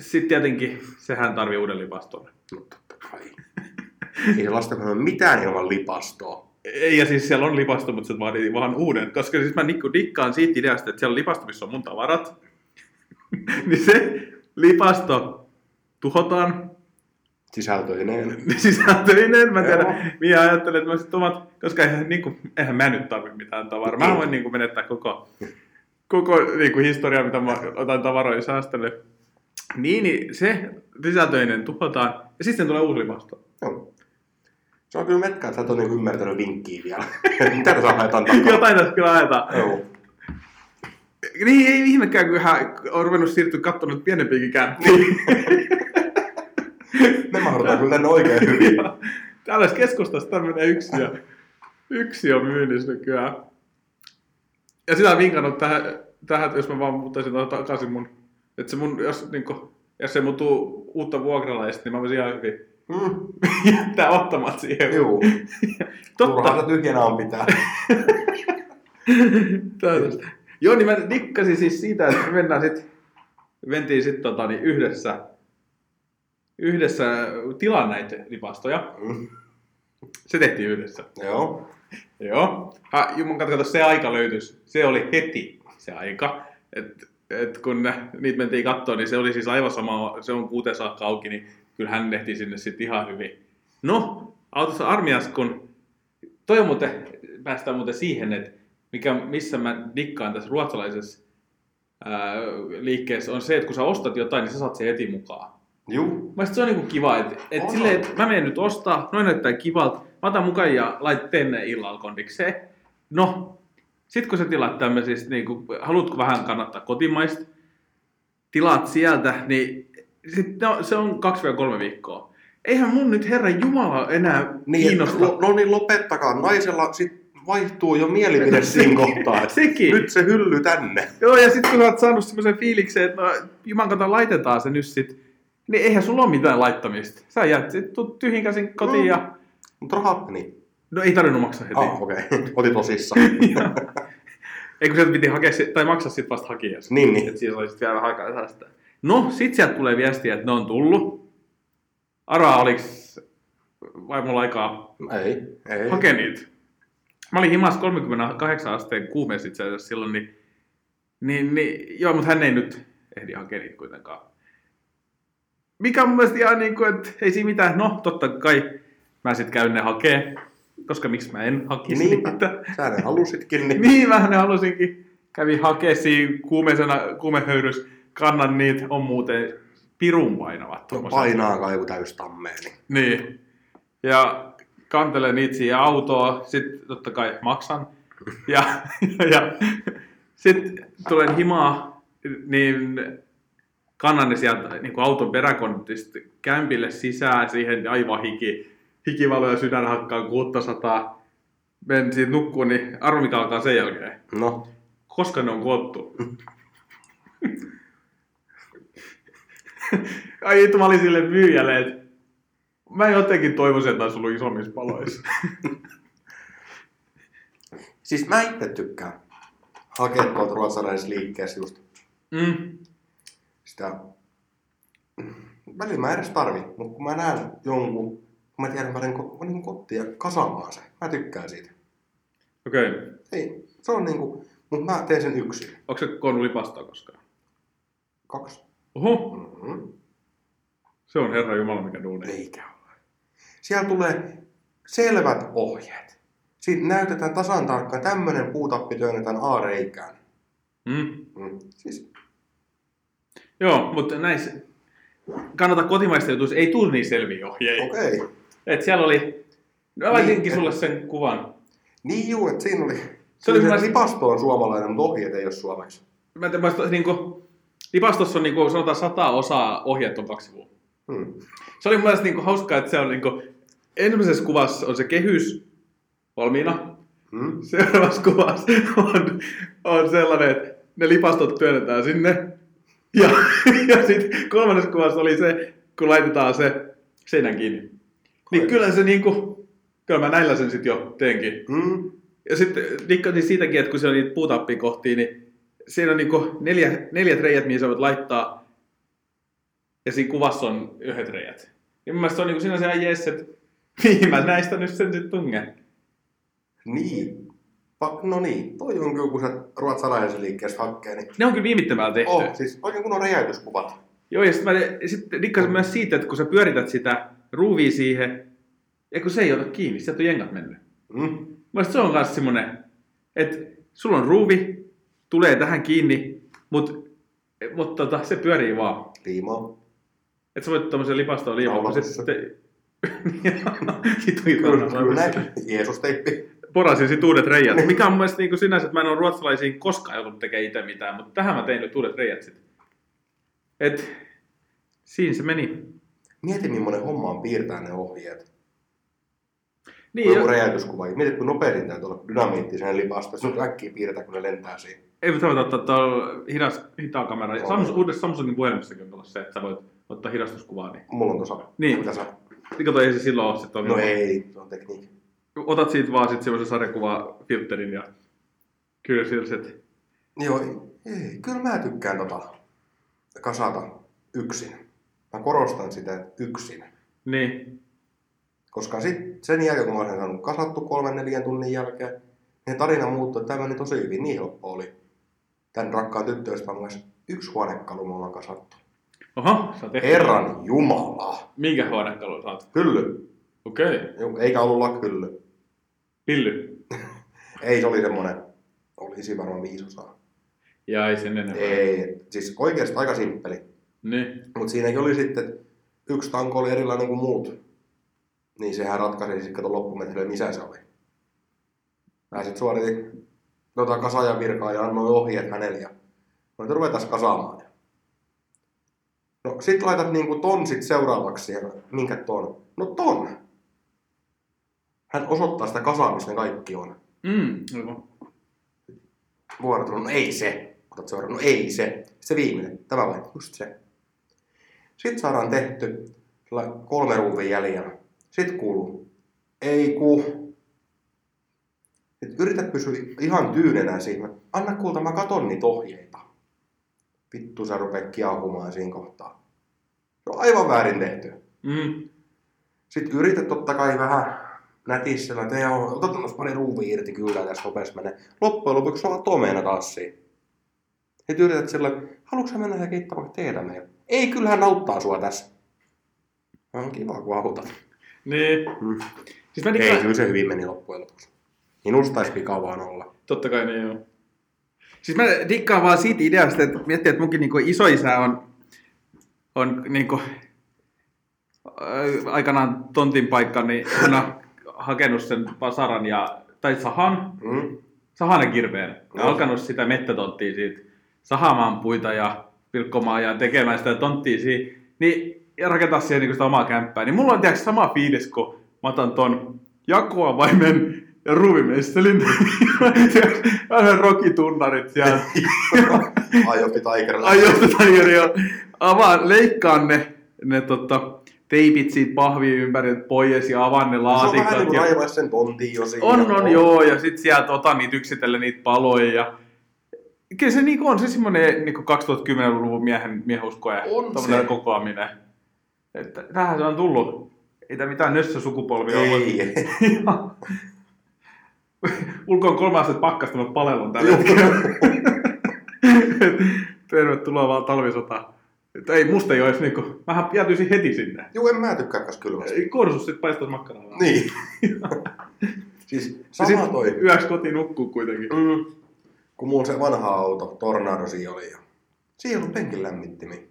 Speaker 2: sitten tietenkin sehän tarvii uuden lipaston.
Speaker 1: No totta kai. ei se lasten ole mitään ilman lipastoa.
Speaker 2: Ei, ja siis siellä on lipasto, mutta se vaatii vaan uuden. Koska siis mä nikku dikkaan siitä ideasta, että siellä lipasto, missä on mun tavarat, niin se lipasto tuhotaan Niin
Speaker 1: Sisältöineen.
Speaker 2: sisältöinen. Mä
Speaker 1: Joo.
Speaker 2: tiedän, minä ajattelen, että mä sit omat, koska eihän, niin kuin, eihän mä nyt tarvi mitään tavaraa. Mä voin niin kuin, menettää koko, koko niin kuin, historiaa, mitä mä otan tavaroja säästelyyn. Niin, niin se sisältöinen tuhotaan ja sitten tulee uusi lipasto.
Speaker 1: Joo. Se on kyllä metkä, että sä et ole niinku ymmärtänyt vinkkiä vielä. Mitä tässä haetaan takaa?
Speaker 2: Jotain tässä kyllä ajetaan.
Speaker 1: Joo.
Speaker 2: Niin ei ihmekään, kun hän on ruvennut siirtyä kattonut pienempiäkin kämppiä.
Speaker 1: Me mahdutaan kyllä tänne oikein hyvin.
Speaker 2: Ja Tällaista keskustasta tämmöinen yksiö, yksiö myynnissä nykyään. Ja sitä on vinkannut tähän, tähän että jos mä vaan muuttaisin tuon takaisin mun, että se mun, jos, niin kuin, jos se muuttuu uutta vuokralaista, niin mä voisin ihan hyvin
Speaker 1: Mm.
Speaker 2: jättää ottamat siihen.
Speaker 1: Juu. Turhaa
Speaker 2: Totta.
Speaker 1: sä tyhjänä on pitää.
Speaker 2: Tällaista. Joo, niin mä dikkasin siis siitä, että me mennään sit, mentiin sitten tota, niin yhdessä, yhdessä tilaan näitä lipastoja.
Speaker 1: Mm.
Speaker 2: Se tehtiin yhdessä.
Speaker 1: Joo.
Speaker 2: Joo. Ha, jumman kato, kato, se aika löytys. Se oli heti se aika. Et, et kun nä- niitä mentiin kattoon, niin se oli siis aivan sama, se on kuuteen saakka auki, niin kyllä hän ehti sinne sitten ihan hyvin. No, autossa armiassa, kun toi on muuten, päästään muuten siihen, että mikä, missä mä dikkaan tässä ruotsalaisessa ää, liikkeessä, on se, että kun sä ostat jotain, niin sä saat sen heti mukaan.
Speaker 1: Juu.
Speaker 2: Mä sit se on niinku kiva, että et
Speaker 1: On.
Speaker 2: silleen, et mä menen nyt ostaa, noin näyttää kivalta, mä otan mukaan ja lait teen ne illalla kondikseen. No, sit kun sä tilaat tämmöisistä, niinku, haluatko vähän kannattaa kotimaista, tilaat sieltä, niin sit, no, se on 2-3 viikkoa. Eihän mun nyt herra Jumala enää niin,
Speaker 1: Niin,
Speaker 2: kiinnosta.
Speaker 1: no, no niin lopettakaa. Naisella sit vaihtuu jo mielipide siinä kohtaa. että
Speaker 2: Sekin.
Speaker 1: Nyt se hylly tänne.
Speaker 2: Joo, ja sitten kun sä oot saanut semmoisen fiiliksen, että no, juman kautta laitetaan se nyt sit, niin eihän sulla ole mitään laittamista. Sä jäät sit tuut tyhjin käsin kotiin
Speaker 1: Mm.
Speaker 2: ja...
Speaker 1: Mutta rahat meni.
Speaker 2: No ei tarvinnut maksaa heti.
Speaker 1: Ah, okei. Okay. Otit tosissaan.
Speaker 2: Joo. Ei kun sieltä piti hakea, se- tai maksaa sitten vasta hakijasta.
Speaker 1: niin, niin.
Speaker 2: Että siinä oli sitten vielä vähän aikaa säästää. No, sit sieltä tulee viestiä, että ne on tullut. Araa, oliks vaimolla aikaa
Speaker 1: Ei. Ei.
Speaker 2: hakea niitä? Mä olin himas 38 asteen kuumeessa itse asiassa silloin, niin, niin, niin joo, mutta hän ei nyt ehdi hakea niitä kuitenkaan. Mikä on mun mielestä ihan niin kuin, että ei siinä mitään. No, totta kai mä sitten käyn ne hakee, koska miksi mä en hakisi
Speaker 1: Niin.
Speaker 2: niitä.
Speaker 1: Sä ne halusitkin, niin...
Speaker 2: Niin, vähän ne halusinkin. Kävi hakee siinä kuumeisena, kuumehöyrys, kannan niitä, on muuten pirun painavat.
Speaker 1: No
Speaker 2: tommoset.
Speaker 1: painaa kaivu täystammeen. Niin.
Speaker 2: Niin. Ja kantelen niitä siihen autoa, sitten totta kai maksan. Ja, ja, ja sitten tulen himaa, niin kannan ne sieltä niin kuin auton peräkontista kämpille sisään, siihen aivan hiki, hikivalo ja sydän hakkaan 600. Menen siitä nukkuun, niin arvo mikä alkaa sen jälkeen
Speaker 1: No,
Speaker 2: koska ne on koottu. Ai että mä olin sille myyjälle, että mä jotenkin toivoisin, että olisi ollut isommissa paloissa.
Speaker 1: siis mä itse tykkään hakea tuolta ruotsalaisessa liikkeessä just
Speaker 2: Mm.
Speaker 1: sitä... Välillä mä en edes tarvi, mutta kun mä näen jonkun, kun mä tiedän, mä menen, mä menen kotiin ja kasaamaan se. Mä tykkään siitä.
Speaker 2: Okei. Okay.
Speaker 1: Ei, se on niinku, mutta mä teen sen yksin.
Speaker 2: Onko se konnulipastaa koskaan?
Speaker 1: Kaksi.
Speaker 2: Oho,
Speaker 1: Mm-hmm.
Speaker 2: se on Herra Jumala mikä duuni.
Speaker 1: Eikä ole. Siellä tulee selvät ohjeet. Siinä näytetään tasan tarkkaan, tämmöinen puutappi työnnetään A-reikään.
Speaker 2: Mm.
Speaker 1: Mm. Siis,
Speaker 2: Joo, mutta näissä kannata kotimaista jutuissa, ei tule niin selviä ohjeita. Okay.
Speaker 1: okei. Okay.
Speaker 2: Et siellä oli, no
Speaker 1: Niin,
Speaker 2: mä laitinkin
Speaker 1: et-
Speaker 2: sulle sen kuvan.
Speaker 1: Niin juu, että siinä oli...
Speaker 2: Se
Speaker 1: Se,
Speaker 2: oli
Speaker 1: oli
Speaker 2: kyllä-
Speaker 1: se lipasto on suomalainen, mutta ohjeet ei ole suomeksi.
Speaker 2: Mä en tiedä, niin kuin, Lipastossa on niin kuin, sanotaan sata osaa ohjeet on kaksi sivua.
Speaker 1: Hmm.
Speaker 2: Se oli mun mielestä niin kuin, hauskaa, että se on niin kuin, ensimmäisessä kuvassa on se kehys valmiina.
Speaker 1: Hmm?
Speaker 2: Seuraavassa kuvassa on, on sellainen, että ne lipastot työnnetään sinne. Ja, ja sitten kolmannessa kuvassa oli se, kun laitetaan se seinän kiinni. Niin
Speaker 1: Ai.
Speaker 2: kyllä se niin kuin, kyllä mä näillä sen sitten jo teenkin.
Speaker 1: Hmm?
Speaker 2: Ja sitten dikkasin siitäkin, että kun se on niitä puutappikohtia, niin siinä on niinku neljä, neljät reijät, mihin sä voit laittaa, ja siinä kuvassa on yhdet reijät. Ja mun mielestä se on niinku sinänsä ihan jees, että mihin mä näistä nyt sen sitten tungen.
Speaker 1: Niin. Pa- no niin, toi on kyllä, kun se ruotsalaisen liikkeestä hakkee, niin...
Speaker 2: Ne on kyllä viimittömällä tehty.
Speaker 1: Oh, siis oikein kunnon räjäytyskuvat.
Speaker 2: Joo, ja sitten mä sit dikkasin myös siitä, että kun sä pyörität sitä ruuvia siihen, ja kun se ei ota kiinni, sieltä on jengat mennyt.
Speaker 1: Mm.
Speaker 2: Mä se on myös semmonen, että sulla on ruuvi, tulee tähän kiinni, mutta mut tota, se pyörii vaan.
Speaker 1: Liimaa.
Speaker 2: Et sä voit tommosen lipastoon liimaa, kun
Speaker 1: Naulasessa.
Speaker 2: sitten... Niin, Vittu, ei kannata.
Speaker 1: Kyllä, Jeesus teippi.
Speaker 2: Porasin sit uudet reijät. Mikä on mun mielestä niin sinänsä, että mä en ole ruotsalaisiin koskaan joutunut tekemään itse mitään, mutta tähän mä tein nyt uudet reijät sit. Et, siinä se meni.
Speaker 1: Mieti, millainen homma on piirtää ne ohjeet.
Speaker 2: Niin,
Speaker 1: Niin joku
Speaker 2: jo,
Speaker 1: räjäytyskuva. Mietit, kun nopeasti täytyy olla dynamiitti sen lipasta. Se on äkkiä piirtää, kun ne lentää siihen.
Speaker 2: ei voi ottaa tuolla hidas, hitaa kamera.
Speaker 1: Joo.
Speaker 2: Samsung, uudessa Samsungin puhelimissakin on se, että sä voit ottaa hidastuskuvaa. Niin.
Speaker 1: Mulla on tuossa.
Speaker 2: Niin.
Speaker 1: Mitä sä?
Speaker 2: Niin kato, ei se silloin ole sit on-
Speaker 1: No ei, se on tekniikka.
Speaker 2: Otat siitä vaan sit semmoisen sarjakuvafilterin ja kyllä sillä sit
Speaker 1: Joo, ei, ei. Kyllä mä tykkään tota kasata yksin. Mä korostan sitä että yksin.
Speaker 2: Niin,
Speaker 1: Koska sit sen jälkeen, kun mä olen saanut kasattu kolmen neljän tunnin jälkeen, niin tarina muuttui, että tämä meni tosi hyvin, niin helppo oli. Tän rakkaan tyttöystävän kanssa yksi huonekalu me ollaan kasattu.
Speaker 2: Oho, sä oot tehty.
Speaker 1: Herran Jumala!
Speaker 2: Minkä huonekalu sä oot?
Speaker 1: Hylly.
Speaker 2: Okei. Okay.
Speaker 1: Juu, Eikä ollut lakhylly.
Speaker 2: Pilly.
Speaker 1: Ei, se oli semmoinen, olisi varmaan viisi osaa.
Speaker 2: Ja ei sen enempää.
Speaker 1: Ei, siis oikeasti aika simppeli.
Speaker 2: Niin.
Speaker 1: Mutta siinäkin oli sitten, että yksi tanko oli erilainen kuin muut. Niin sehän ratkaisi sitten kato loppumetrille, missä se oli. Mä sitten suoritin tota kasaajan virkaa ja annoin ohjeet hänelle. Ja mä nyt ruvetaan kasaamaan. No sit laitat niinku ton sit seuraavaksi. Ja minkä ton? No ton! Hän osoittaa sitä kasaa, missä ne kaikki on.
Speaker 2: Mm, aivan.
Speaker 1: vuorotelu, no ei se. Otat seuraavan, no ei se. Se viimeinen, tämä vai, just se. Sitten saadaan tehty sillä kolme ruuvin jäljellä. Sitten kuuluu, ei ku. Nyt yritä pysyä ihan tyynenä siinä. Anna kulta, mä katon niitä ohjeita. Vittu, sä rupeat kiahumaan siinä kohtaa. Se on aivan väärin tehty.
Speaker 2: Mm.
Speaker 1: Sitten yrität totta kai vähän nätissellä, että joo, otat tuossa pari ruuvia irti kyllä tässä nopeasti menee. Loppujen lopuksi on tomeena taas siinä. Sitten yrität sillä, haluatko sä mennä ja keittää vaikka teetä meille? Ei, kyllähän auttaa sua tässä. No On kiva, kun autat.
Speaker 2: Niin.
Speaker 1: Mm.
Speaker 2: Siis mä
Speaker 1: Ei,
Speaker 2: dikkaan...
Speaker 1: kyllä se hyvin meni loppujen lopuksi. Minusta taisi vika vaan olla.
Speaker 2: Totta kai niin joo. Siis mä dikkaan vaan siitä ideasta, että miettii, että munkin niinku isoisä on, on niinku, äh, aikanaan tontin paikka, niin hän on hakenut sen pasaran ja, tai sahan,
Speaker 1: Mm?
Speaker 2: sahanen kirveen. Ja
Speaker 1: Joo.
Speaker 2: alkanut sitä mettätonttia siitä sahaamaan puita ja pilkkomaan ja tekemään sitä tonttia siihen, niin, ja rakentaa siihen niin sitä omaa kämppää. Niin mulla on tiedätkö, sama fiilis, kun mä otan ton jakoavaimen ja ruuvimestelin. Vähän rokitunnarit siellä.
Speaker 1: Aioppi Tigerilla.
Speaker 2: Ajoitetaan Jyri ja niin, avaan, leikkaan ne, ne tota, teipit siitä pahvia ympäri pois ja avaan ne
Speaker 1: Se on vähän
Speaker 2: laatikot.
Speaker 1: niin kuin
Speaker 2: ja...
Speaker 1: raivaa sen tontiin jo siinä.
Speaker 2: On, on, joo, ja sit sieltä otan niitä yksitellen niitä paloja ja Kyllä se niinku on se semmoinen niinku 2010-luvun miehen miehuskoja
Speaker 1: On
Speaker 2: tommonen
Speaker 1: se.
Speaker 2: kokoaminen. Että tähän se on tullut. Ei tämä mitään nössösukupolvia
Speaker 1: Ei,
Speaker 2: ole. Joo. Ulko on kolme astetta pakkasta, mä palelon tällä hetkellä. Tervetuloa vaan talvisotaan. Että ei, musta ei ole edes niinku, mähän jäätyisin heti sinne.
Speaker 1: Juu, en mä tykkää kas kylmästä.
Speaker 2: Ei Korsus sit paistaisi makkaraa. vaan.
Speaker 1: Niin. siis
Speaker 2: Ja
Speaker 1: sama
Speaker 2: sit
Speaker 1: toi.
Speaker 2: Yöksi kotiin nukkuu kuitenkin.
Speaker 1: Mm. Kun mulla se vanha auto, Tornado, siinä oli. Ja... Siinä on penkin lämmittimi.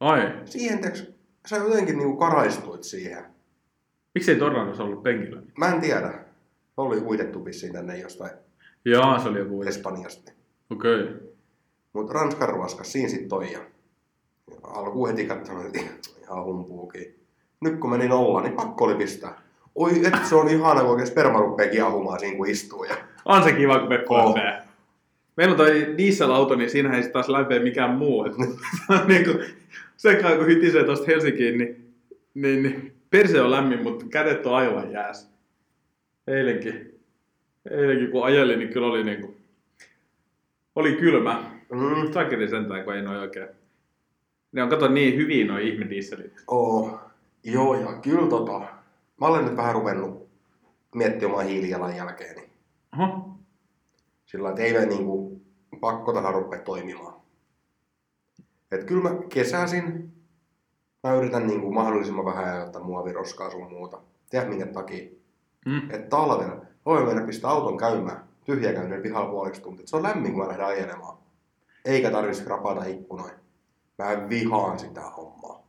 Speaker 2: Ai,
Speaker 1: Siihen, tiiäks, sä jotenkin niinku karaistuit siihen.
Speaker 2: miksei Tornadossa ollut penkillä?
Speaker 1: Mä en tiedä. Se oli uitettu vissiin tänne jostain
Speaker 2: Jaa, se oli joku uusi.
Speaker 1: Espanjasta.
Speaker 2: Okei. Okay.
Speaker 1: Mutta Ranskan ruoskas, siinä sit toi. Ja ja alkuun heti katsoin, että ihan humpuukin. Nyt kun meni nolla, niin pakko oli pistää. Oi, et se on ihana, kun oikein sperma rupeaa kiehumaan siinä, kun istuu. Ja...
Speaker 2: On se kiva, kun Pekko
Speaker 1: On.
Speaker 2: oh. Meillä on toi dieselauto, niin siinä ei sit taas lämpee mikään muu. Et se on niinku, sen kai kun hytisee tuosta Helsinkiin, niin, niin, niin perse on lämmin, mutta kädet on aivan jääs. Eilenkin, eilenkin kun ajelin, niin kyllä oli niinku, oli kylmä.
Speaker 1: Mm.
Speaker 2: Sakeli sentään, kun ei noin oikein. Ne on kato niin hyviä noi ihme dieselit.
Speaker 1: Oo, joo, ja kyllä tota, mä olen nyt vähän ruvennut miettimään omaa hiilijalanjälkeä, niin
Speaker 2: Oho.
Speaker 1: sillä lailla, että ei niin kuin, pakko tähän rupea toimimaan. Et kyllä mä kesäisin, mä yritän niin kuin mahdollisimman vähän jättää muoviroskaa sun muuta. Tiedät minkä takia?
Speaker 2: Mm.
Speaker 1: Että talvella voi mennä pistää auton käymään tyhjäkäynnillä pihalla puoleksi tuntia. Se on lämmin, kun mä lähden ajelemaan. Eikä tarvitsisi rapata ikkunoin. Mä vihaan sitä hommaa.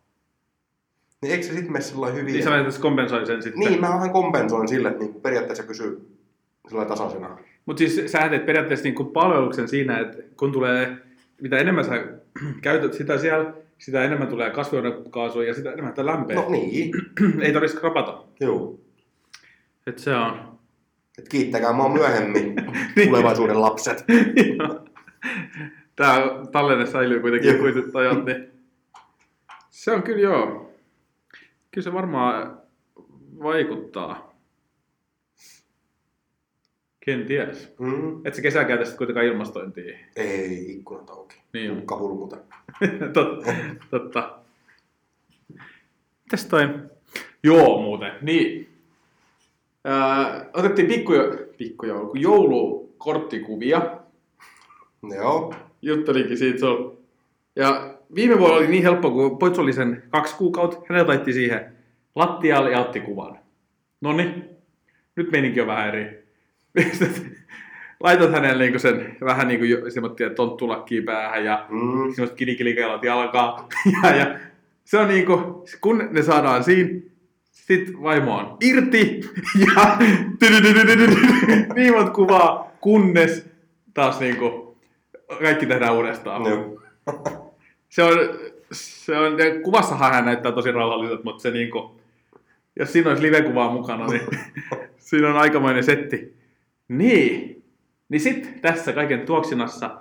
Speaker 1: Niin eikö se sitten mene sillä lailla hyvin?
Speaker 2: Niin sä vähän tässä kompensoi sen sitten.
Speaker 1: Niin, mä vähän kompensoin sille, että niinku periaatteessa pysyy sillä tasaisena.
Speaker 2: Mutta siis sä teet periaatteessa niinku palveluksen siinä, että kun tulee, mitä enemmän sä käytät sitä siellä, sitä enemmän tulee kasvihuonekaasua ja sitä enemmän tämä lämpee.
Speaker 1: No niin,
Speaker 2: Ei tarvitse krapata.
Speaker 1: juu.
Speaker 2: Et se on.
Speaker 1: Et kiittäkää mua myöhemmin,
Speaker 2: Niin.
Speaker 1: tulevaisuuden lapset.
Speaker 2: Tämä tallenne säilyy kuitenkin
Speaker 1: Joo.
Speaker 2: ikuiset ajat, niin se on kyllä joo. Kyllä se varmaan vaikuttaa. Ken ties.
Speaker 1: Mm.
Speaker 2: Et se kesä käytä sitten kuitenkaan ilmastointia.
Speaker 1: Ei, ikkunat auki.
Speaker 2: Niin on.
Speaker 1: Hukka hurmuta.
Speaker 2: totta, totta. Mitäs toi? Joo, muuten. Niin. Öö, otettiin pikkujo- pikkujoulu, kun joulukorttikuvia.
Speaker 1: No joo.
Speaker 2: Juttelinkin siitä se on. Ja viime vuonna oli niin helppo, kun Poitsu oli sen kaksi kuukautta. Hänellä taitti siihen lattialle ja otti kuvan. Noni, nyt meininki on vähän eri. Laitat hänelle niinku sen vähän niin kuin semmoisia tonttulakkiä päähän ja
Speaker 1: Mm.
Speaker 2: semmoiset kilikilikeilot jalkaa. Ja, ja se on niinku, kun ne saadaan siinä, sit vaimo on irti ja tydydydydydydy, niin monta kuvaa, kunnes taas niinku kaikki tehdään uudestaan.
Speaker 1: No.
Speaker 2: Se on, se on, ja kuvassahan hän näyttää tosi rauhalliselta, mutta se niinku, jos siinä olisi livekuvaa mukana, niin siinä on aikamoinen setti. Niin, niin sitten tässä kaiken tuoksinassa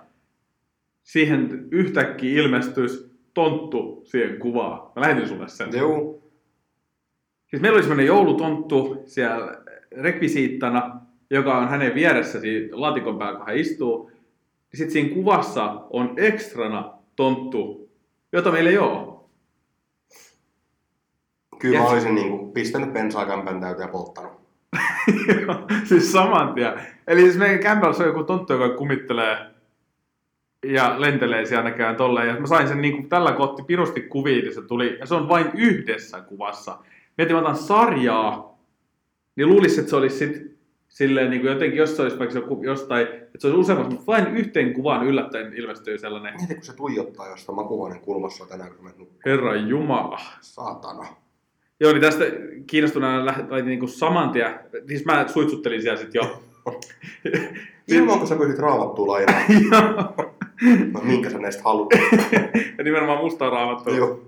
Speaker 2: siihen yhtäkkiä ilmestyisi tonttu siihen kuvaan. Mä lähetin sulle sen.
Speaker 1: Juu.
Speaker 2: Siis meillä oli semmoinen joulutonttu siellä rekvisiittana, joka on hänen vieressä siinä laatikon päällä, kun hän istuu. Sitten siinä kuvassa on ekstrana tonttu, jota meillä ei ole.
Speaker 1: Kyllä mä
Speaker 2: Yes.
Speaker 1: olisin niinku pistänyt bensaa kämpän täyteen ja polttanut.
Speaker 2: siis saman tien. Eli siis meidän kämpällä on joku tonttu, joka kumittelee ja lentelee siellä näköjään tolleen. Ja mä sain sen niin kuin tällä kohti pirusti kuviin, niin se tuli. Ja se on vain yhdessä kuvassa. Mietin, mä otan sarjaa, niin luulisi, että se olisi sit silleen niin kuin jotenkin, jos se olisi vaikka joku, jostain, että se olisi useammassa, mutta vain yhteen kuvaan yllättäen ilmestyy sellainen,
Speaker 1: Mieti, kun se tuijottaa jostain makuvainen kulmassa tänään, kun mä et nukkua.
Speaker 2: herran jumala.
Speaker 1: Saatana.
Speaker 2: Joo, niin tästä kiinnostuneena lähti niin saman tien, siis mä suitsuttelin siellä sitten jo. Niin.
Speaker 1: Ilman, kun sä pystyt raamattua lainaan.
Speaker 2: Joo.
Speaker 1: No minkä sä näistä haluat?
Speaker 2: ja nimenomaan mustaa raamattua.
Speaker 1: Joo.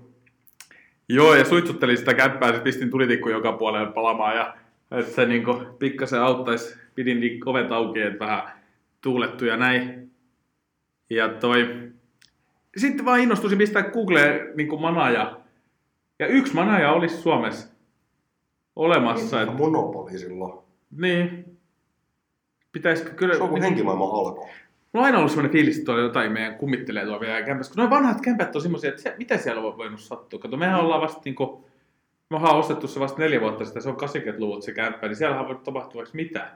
Speaker 2: Joo, ja suitsuttelin sitä käppää, sit pistin tulitikku joka puolelle palamaan ja että se niinku pikkasen auttaisi, pidin niin ovet auki, että vähän tuulettu ja näin. Ja toi... Sitten vaan innostuisin pistää Googleen niinku manaja. Ja yksi manaja olisi Suomessa olemassa. Et,
Speaker 1: Monopoli silloin.
Speaker 2: niin. Pitäisikö kyllä...
Speaker 1: Se on kuin henkimaailman alko.
Speaker 2: Mulla on aina ollut sellainen fiilis, että tuolla jotain meidän kummittelee tuolla vielä kämpässä. Kun nuo vanhat kämpät on semmoisia, että se, mitä siellä on voinut sattua. Kato, mehän ollaan vasta niinku, me ollaan ostettu se vasta neljä vuotta sitten, se on 80-luvut se kämppä, niin siellä on voinut tapahtua vaikka mitä.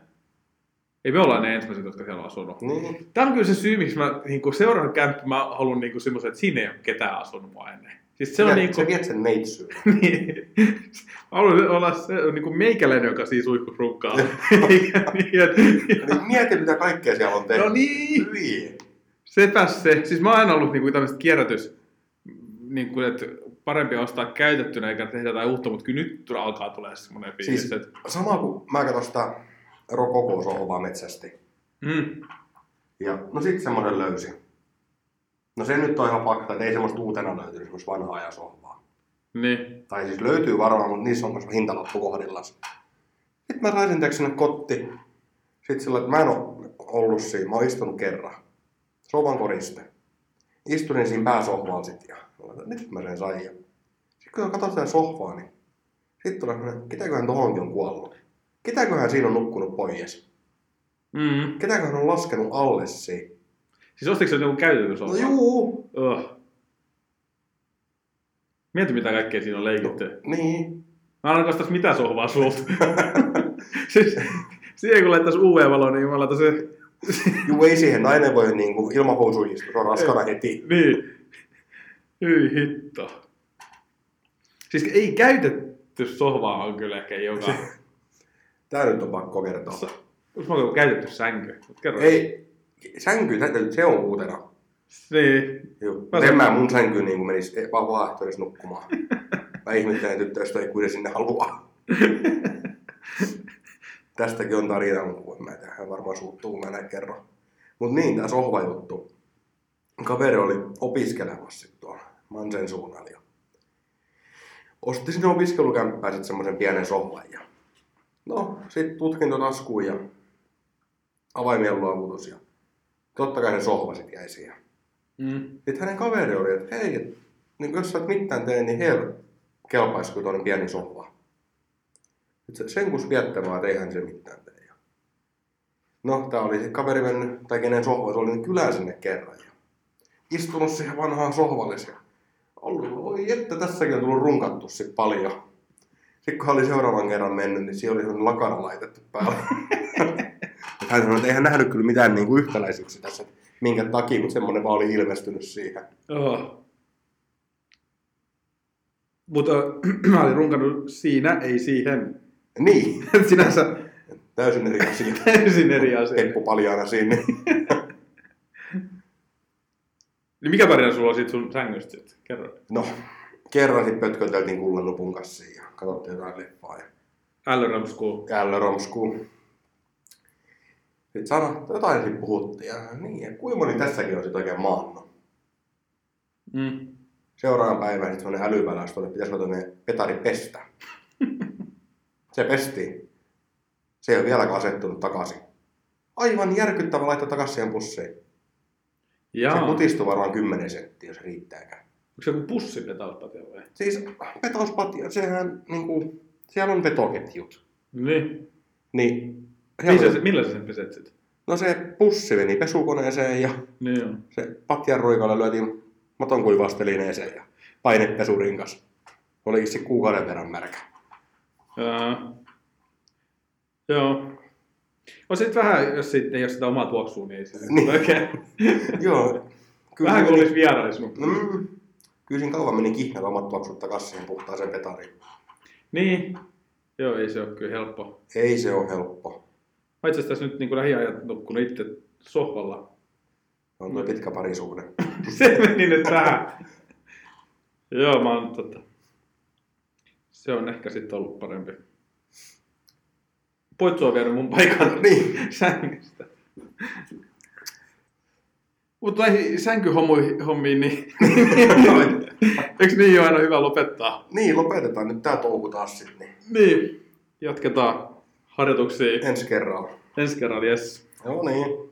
Speaker 2: Ei me olla ne ensimmäiset, jotka siellä on asunut.
Speaker 1: Niin.
Speaker 2: Tämä on kyllä se syy, miksi mä niinku, seuraan kämppä, mä haluan niinku, semmoisen, että siinä ei ole ketään asunut mua ennen. Siis se on
Speaker 1: Sä-
Speaker 2: niinku,
Speaker 1: Sä viet sen neitsyyn.
Speaker 2: niin. Mä haluan olla se niin kuin meikäläinen, joka siis suihkurukkaa. Eikä niin, että-
Speaker 1: Niin mieti, mitä kaikkea siellä on tehty.
Speaker 2: no niin,
Speaker 1: Hyi.
Speaker 2: sepäs se. Siis mä oon aina ollut niin kuin tämmöiset kierrätys, niin kuin, että parempi ostaa käytettynä eikä tehdä jotain uutta, mutta kyllä nyt tulee- alkaa tulee semmoinen fiilis,
Speaker 1: Siis-
Speaker 2: että
Speaker 1: Sama kuin mä katson sitä rokokousovaa metsästi.
Speaker 2: mm,
Speaker 1: Ja no sit semmoinen löysin. No se nyt on ihan fakta, että ei semmoista uutena löytynyt semmoista vanhaa ajan sohvaa.
Speaker 2: niin.
Speaker 1: Tai siis löytyy varmaan, mutta niissä on myös hintalappu kohdillaan. Sitten mä saisin tehdä sinne kotti. Sitten sillä, että mä en ole ollut siinä, mä oon istunut kerran. Sovan koriste. Istuin siinä pääsohvaan sit ja olin, että nyt mä sen sain. Ja Sitten kun katsoin sitä sohvaa, niin sitten tulee semmoinen, ketäköhän tohonkin on kuollut. Ketäköhän siinä on nukkunut pois.
Speaker 2: Mm.
Speaker 1: Ketäköhän on laskenut alle siihen.
Speaker 2: Siis ostitko se joku käytetyn
Speaker 1: No
Speaker 2: sohvan?
Speaker 1: juu,
Speaker 2: Ugh. Mieti mitä kaikkea siinä on leikitty.
Speaker 1: niin.
Speaker 2: Mä en kastas mitään sohvaa sulta. siis, siihen kun laittaisi UV-valo, niin mä laitan se...
Speaker 1: Juu, ei siihen. Nainen voi niinku ilman housuja istua. Se on raskana heti.
Speaker 2: Niin. Hyi hitto. Siis ei käytetty sohvaa on kyllä ehkä joka...
Speaker 1: Siis- Tää nyt on pakko kertoa.
Speaker 2: Onko mä käytetty sänky? Mut Kerro.
Speaker 1: Ei, sänky, sä- se on uutena.
Speaker 2: Niin.
Speaker 1: Juu.
Speaker 2: Mä
Speaker 1: Mä en
Speaker 2: sanon-
Speaker 1: mä mun sänkyyn niin menisi e- vapaaehtoisesti nukkumaan. mä ihmettelen tyttöistä ei kuitenkin sinne halua. Tästäkin on tarina, mutta voi mä tehdä hän varmaan suuttuu, kun mä näin kerron. Mut niin, tää sohvajuttu. Kaveri oli opiskelemassa sit tuolla Mansen suunnalla. ja Osti sinne opiskelukämppään sit semmosen pienen sohvan ja no, sit tutkintotaskuun ja avaimien luovutus ja totta kai se sohva sit jäi siihen.
Speaker 2: Mm.
Speaker 1: Sitten hänen kaveri oli, että hei, et, niin jos sä et mitään tee, niin heillä kelpaisi kuin tuonne pieni sohva. Et se- sen kun viettämään, että eihän se mitään tee. Ja- No, tää oli se kaveri mennyt, tai kenen sohva se oli, niin kylään sinne kerran. Ja istunut siihen vanhaan sohvalliseen. Ollut, oi että, tässäkin on tullut runkattu sit paljon. Sitten kun hän oli seuraavan kerran mennyt, niin siellä oli sellainen lakana laitettu päällä. Et hän sanoi, että eihän nähnyt kyllä mitään niin kuin yhtäläisyyksiä tässä, että minkä takia, mutta semmoinen vaan oli ilmestynyt siihen.
Speaker 2: Oh. Mutta mä olin runkannut siinä, ei siihen.
Speaker 1: Niin,
Speaker 2: Sinänsä
Speaker 1: täysin eri asia.
Speaker 2: täysin eri asia.
Speaker 1: Teppu paljaana siinä.
Speaker 2: Niin mikä tarina sulla on siitä sun sängystä? sitten? Kerro.
Speaker 1: No, kerran sitten pötköteltiin kullanlupun kanssa ja katsottiin jotain leffaa ja
Speaker 2: Ällöram School.
Speaker 1: jälleen romskuu. Sitten sano, jotain sitten puhuttiin ja niin, ja kuinka moni tässäkin on sitten oikein maannut.
Speaker 2: Mm.
Speaker 1: Seuraavan päivän sitten semmoinen älypäläys, että pitäisikö tuonne petari pestä. Se pestiin. Se ei ole vieläkään asettunut takaisin. Aivan järkyttävä laittaa takaisin siihen pussiin. Se
Speaker 2: Jaa. Onko
Speaker 1: kutistui varmaan 10 senttiä, jos riittääkään.
Speaker 2: se joku pussi petauspatia vai?
Speaker 1: Siis petospatia, sehän niinku, siellä on petoketjut.
Speaker 2: Niin.
Speaker 1: Niin, siellä
Speaker 2: Missä,
Speaker 1: oli-
Speaker 2: se- millä sä sen peset sit?
Speaker 1: no se pussi meni pesukoneeseen ja
Speaker 2: Niin joo.
Speaker 1: se patjan roikalle lyötiin matonkuivastelineeseen ja painepesurin kanssa. Olikin se kuukauden verran märkä.
Speaker 2: Ää, joo. On sit vähän, jos sit ei ole sitä omaa tuoksua, niin ei se
Speaker 1: Niin.
Speaker 2: oikein.
Speaker 1: Joo. Kyllä
Speaker 2: Vähän
Speaker 1: se
Speaker 2: kuin
Speaker 1: meni-
Speaker 2: olisi vierais, mutta...
Speaker 1: Mm, kyllä siinä kauan meni kihnat omat tuoksut takaisin siihen puhtaaseen petariin.
Speaker 2: Niin. Joo, ei se ole kyllä helppo.
Speaker 1: Ei se ole helppo.
Speaker 2: Mä itse asiassa tässä nyt niin lähiajat nukkunut itse sohvalla.
Speaker 1: Se on tuo pitkä parisuhde.
Speaker 2: se meni nyt tähän. joo, mä oon tota... Se on ehkä sitten ollut parempi. Poitsu on vienyt mun paikan
Speaker 1: niin.
Speaker 2: sängystä. Mutta näihin sänkyhommiin, niin eikö niin ole aina hyvä lopettaa?
Speaker 1: niin, lopetetaan nyt tää touhu taas sitten. Niin.
Speaker 2: Niin, jatketaan harjoituksia
Speaker 1: Ensi kerralla.
Speaker 2: ensi kerralla, yes.
Speaker 1: Joo niin.